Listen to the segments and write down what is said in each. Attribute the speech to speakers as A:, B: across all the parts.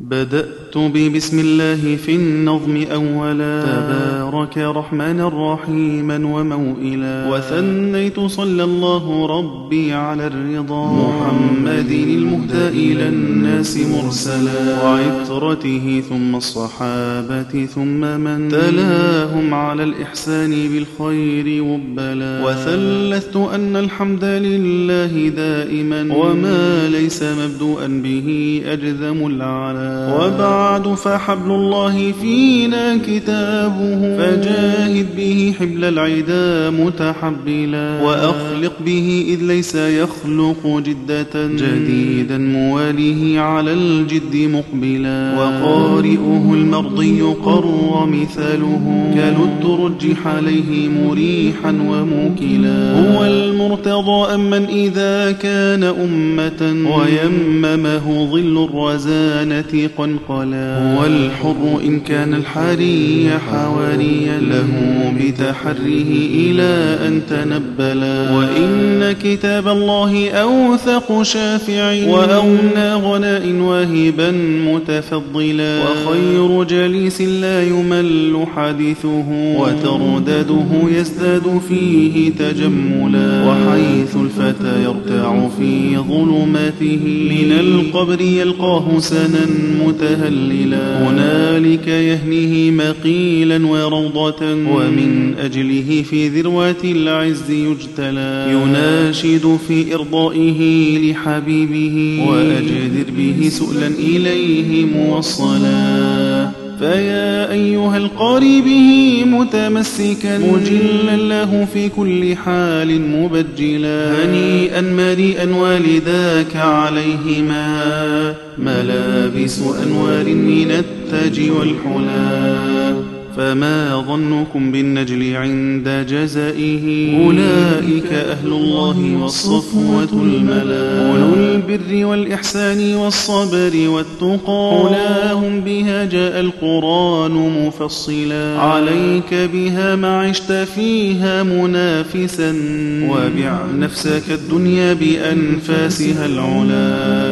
A: بدأت ببسم الله في النظم أولا تبارك رحمن رحيما وموئلا وثنيت صلى الله ربي على الرضا محمد المهدى إلى الناس مرسلا وعترته ثم الصحابة ثم من تلاهم على الإحسان بالخير وبلا وثلثت أن الحمد لله دائما وما ليس مبدوءا به أجذم العلا وبعد فحبل الله فينا كتابه فجاهد به حبل العدا متحبلا وأخلق به إذ ليس يخلق جدة جديدا مواليه على الجد مقبلا وقارئه المرضي قر مثاله كالترج عليه مريحا وموكلا هو المرتضى أمن إذا كان أمة ويممه ظل الرزانة قنقلا والحر إن كان الحري حواريا له بتحريه إلى أن تنبلا وإن كتاب الله أوثق شافع وأغنى غناء واهبا متفضلا وخير جليس لا يمل حديثه وتردده يزداد فيه تجملا وحيث الفتى يرتاع في ظلماته من القبر يلقاه سنا متهللا هنالك يهنيه مقيلا وروضة ومن أجله في ذروة العز يجتلى يناشد في إرضائه لحبيبه وأجدر به سؤلا إليه موصلا فيا أيها القاري به متمسكا مجلا له في كل حال مبجلا هنيئا مريئا والداك عليهما ملابس أنوار من التاج والحلا فما ظنكم بالنجل عند جزائه أولئك أهل الله والصفوة الملا أولو البر والإحسان والصبر والتقى أولاهم بها جاء القرآن مفصلا عليك بها ما عشت فيها منافسا وبع نفسك الدنيا بأنفاسها العلا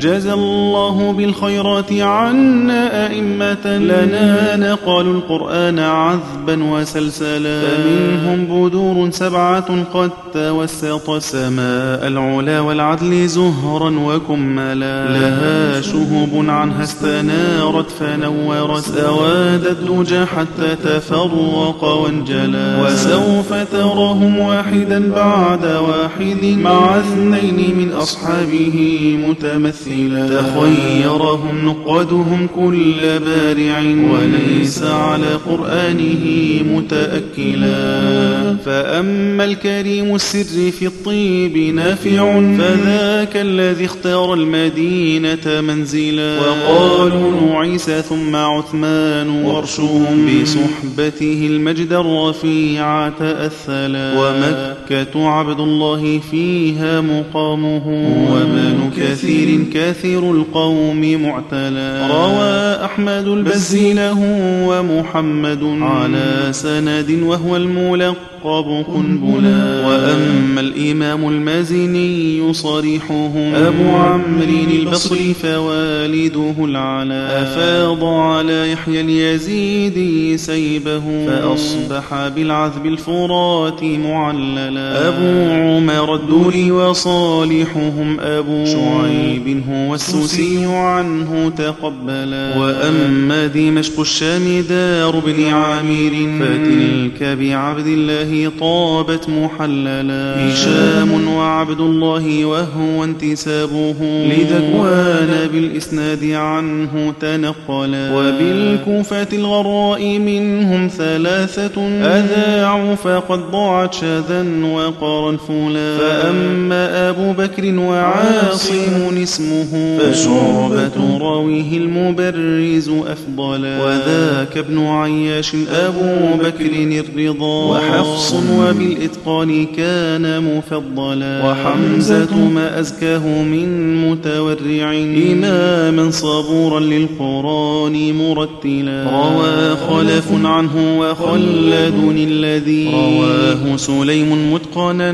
A: جزى الله بالخيرات عنا أئمة لنا نقالوا القرآن عذبا وسلسلا فمنهم بدور سبعة قد توسط سماء العلا والعدل زهرا وكملا لها شهب عنها استنارت فنورت سوادت لجا حتى تفرق وانجلا وسوف تراهم واحدا بعد واحد مع اثنين من أصحابه متمثلا ممثلا تخيرهم نقادهم كل بارع وليس على قرآنه متأكلا فأما الكريم السر في الطيب نافع فذاك الذي اختار المدينة منزلا وقالوا نعيسى ثم عثمان ورشهم بصحبته المجد الرفيع تأثلا ومكة عبد الله فيها مقامه وبن كثير كثير القوم معتلا روى أحمد البزي له ومحمد على سند وهو الملقب قنبلا وأما الإمام المازني صريحهم أبو عمرو البصري فوالده العلا أفاض على يحيى اليزيدي سيبه فأصبح بالعذب الفرات معللا أبو عمر الدوري وصالحهم أبو شعيب بن هو السوسي عنه تقبلا وأما دمشق الشام دار بن عامر فتلك بعبد الله طابت محللا هشام وعبد الله وهو انتسابه لذكوان بالإسناد عنه تنقلا وبالكوفة الغراء منهم ثلاثة أذاعوا فقد ضاعت شذا وقرنفلا فأما أبو بكر وعاصم اسمه فشعبة راويه المبرز أفضلا وذاك ابن عياش أبو بكر الرضا وحفص خاص وبالإتقان كان مفضلا وحمزة ما أزكاه من متورع إماما صبورا للقرآن مرتلا روى خلف عنه وخلد الذي رواه سليم متقنا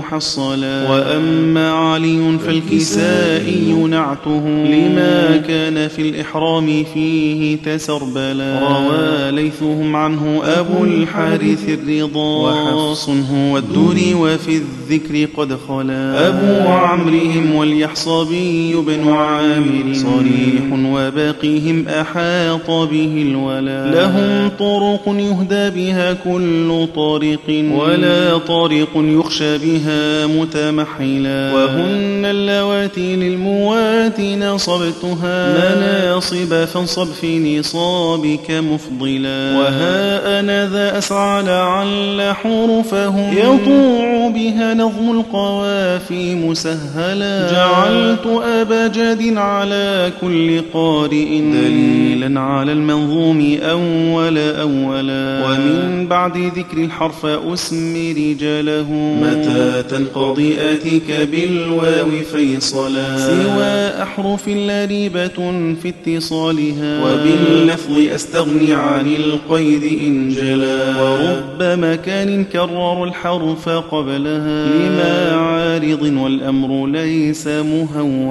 A: ومحصلا وأما علي فالكسائي نعته لما كان في الإحرام فيه تسربلا روى ليثهم عنه أبو الحارث الرضا وحفص هو الدري وفي الذكر قد خلا أبو عمرهم واليحصبي بن عامر صريح وباقيهم أحاط به الولا لهم طرق يهدى بها كل طارق ولا طارق يخشى بها متمحلا وهن اللواتي للموات نصبتها مناصب فانصب في نصابك مفضلا وها أنا ذا أسعى لعل حروفهم يطوع بها نظم القوافي مسهلا جعلت أبا جاد على كل قارئ دليلا على المنظوم أول أولا ومن بعد ذكر الحرف أسم رجاله متى تنقضي آتيك بالواو فيصلا سوى أحرف لا ريبة في اتصالها وباللفظ أستغني عن القيد إن جلا ورب مكان كرر الحرف قبلها لما عارض والأمر ليس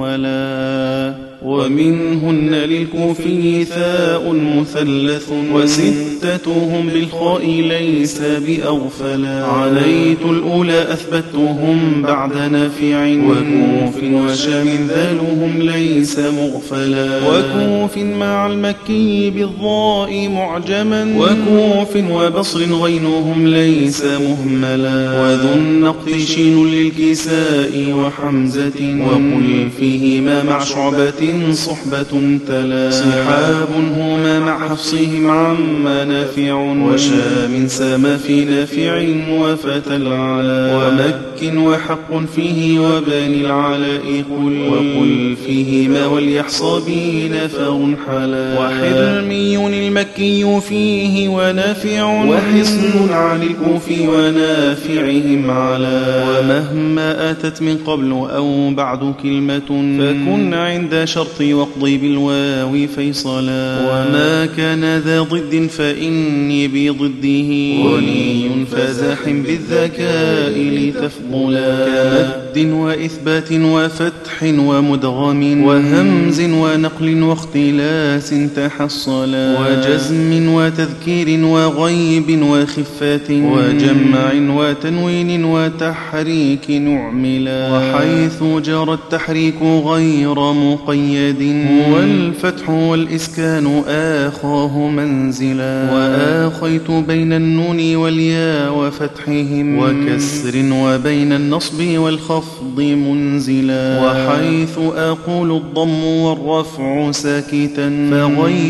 A: مهولا ومنهن للكوفي ثاء مثلث وستتهم بالخاء ليس بأغفلا عليت الأولى أثبتهم بعد نافع وكوف وشام ذلهم ليس مغفلا وكوف مع المكي بالضاء معجما وكوف وبصر غينهم ليس مهملا وذو النقط شين للكساء وحمزة وقل فيهما مع شعبة صحبة تلا صحاب هما مع حفصهم عما نافع وشام سما في نافع وفتى العلا ومك وحق فيه وبني العلاء قل وقل فيهما وليحصبي نفر حلا وحرمي المكي فيه ونافع وحصن عن الكوفي ونافعهم على ومهما أتت من قبل أو بعد كلمة فكن عند شرط واقضي بالواو فيصلا وما كان ذا ضد فإني بضده ولي فزاحم بالذكاء لتفضلا كمد وإثبات وفتح ومدغم وهمز ونقل واختلاس تحصلا وجزم وتذكير وغيب وخفة وجمع وتنوين وتحريك نعملا وحيث جرى التحريك غير مقيد والفتح والإسكان آخاه منزلا وآخيت بين النون والياء وفتحهم وكسر وبين النصب والخفض منزلا وحيث أقول الضم والرفع ساكتا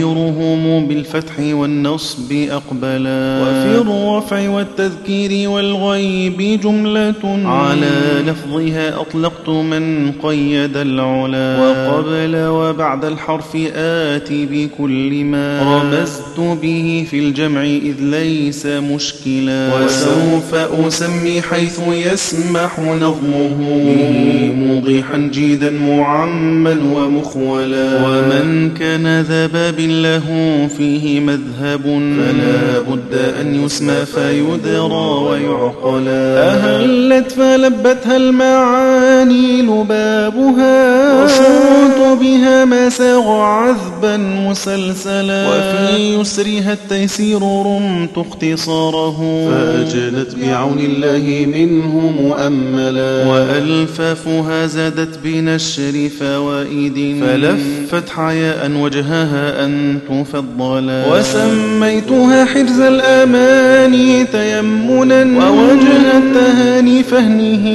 A: فغيرهم بالفتح والنصب أقبلا وفي الرفع والتذكير والغيب جملة على لفظها أطلقت من قيد العلا وقبل وبعد الحرف آت بكل ما رمزت به في الجمع إذ ليس مشكلا وسوف أسمي حيث يسمح نظمه به موضحا جيدا معما ومخولا ومن كان ذا باب له فيه مذهب فلا بد أن يسمى فيدرى ويعقلا أهلت فلبتها المعاني لبابها وصوت بها ما ساغ عذبا مسلسلا وفي يسرها التيسير رمت اختصاره فأجلت بعون الله منه مؤملا وألفافها زادت بنشر فوائد فلفت حياء وجهها أن تفضلا وسميتها حرز الأماني تيمنا ووجه التهاني فهنه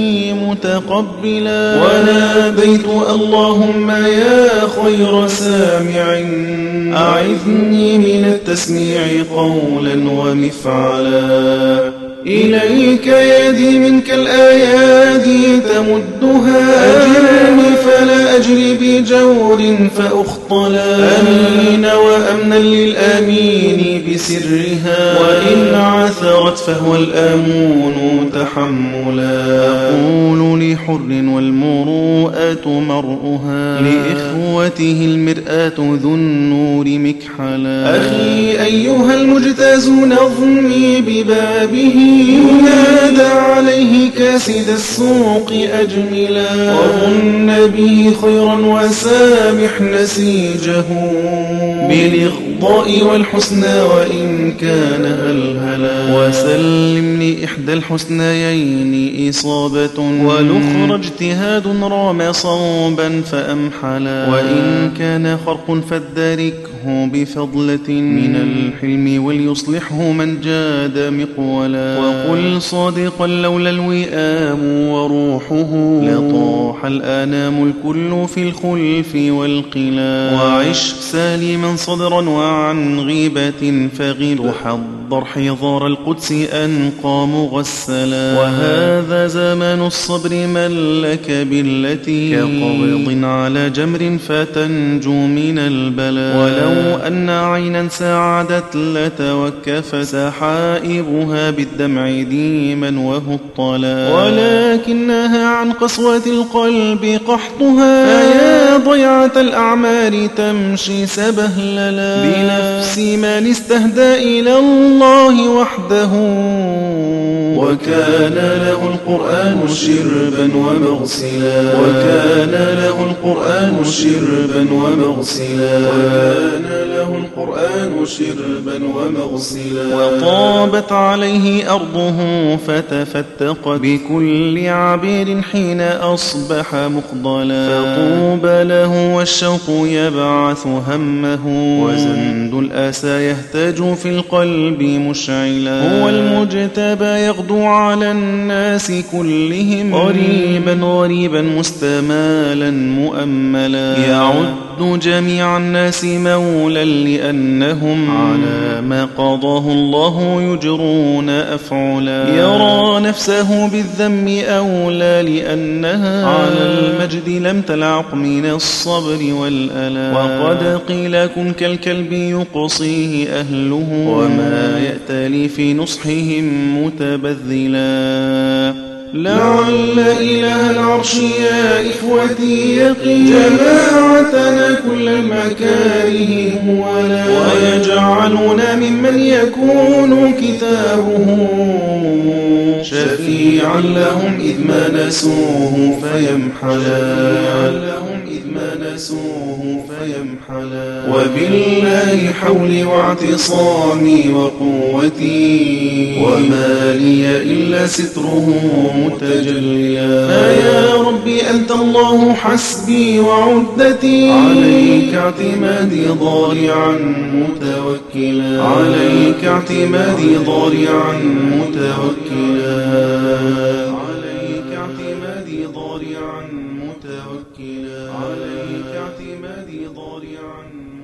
A: متقبلا وناديت اللهم يا خير سامع أعذني من التسميع قولا ومفعلا إليك يدي منك الآيادي تمدها أجرني فأجرني لا أجري بجور فأخطلا أمين وأمنا للأمين بسرها وإن عثرت فهو الأمون تحملا أقول لحر والمروءة مرؤها لإخوته المرآة ذو النور مكحلا أخي أيها المجتاز نظمي ببابه ينادى عليه كاسد السوق أجملا وظن به خيرا وسامح نسيجه بالإخضاء والحسنى وإن كان هلهلا وسلم لإحدى الحسنيين إصابة والأخرى اجتهاد رام صوبا فأمحلا وإن كان خرق فادركه بفضلة من الحلم وليصلحه من جاد مقولا وقل صادقا لولا الوئام وروحه لطاح الآنام الكل في الخلف والقلا وعش سالما صدرا وعن غيبة فغل حضر حضار القدس أنقى مغسلا وهذا زمان الصبر من لك بالتي كقبض على جمر فتنجو من البلاء ولو لو أن عينا سعدت لتوكفت سحائبها بالدمع ديما وهو الطلا ولكنها عن قسوة القلب قحطها يا ضيعة الأعمار تمشي سبهللا بنفس من استهدى إلى الله وحده وكان له القرآن شربا ومغسلا وكان له القرآن شربا ومغسلا وكان له القرآن شربا ومغسلا وطابت عليه أرضه فتفتقت بكل عبير حين أصبح مخضلا فطوبى له والشوق يبعث همه وزند الأسى يهتج في القلب مشعلا هو المجتبى يغدو على الناس كلهم قريبا غريبا مستمالا مؤملا يعد جميع الناس مولا لأنهم على ما قضاه الله يجرون أفعلا يرى نفسه بالذم أولى لأنها على المجد لم تلعق من الصبر والألا وقد قيل كن كالكلب يقصيه أهله وما يأتلي في نصحهم متبع متبذلا لعل إله العرش يا إخوتي يقي جماعتنا كل المكاره ولا ويجعلنا ممن يكون كتابه شفيعا لهم إذ ما نسوه فيمحلا لهم إذ ما نسوه فيمحلا وبالله حولي واعتصامي وقوتي وما لي إلا ستره متجليا فيا ربي أنت الله حسبي وعدتي عليك اعتمادي ضارعا متوكلا عليك اعتمادي ضارعا متوكلا ضارعا متوكلا عليك اعتمادي ضارعا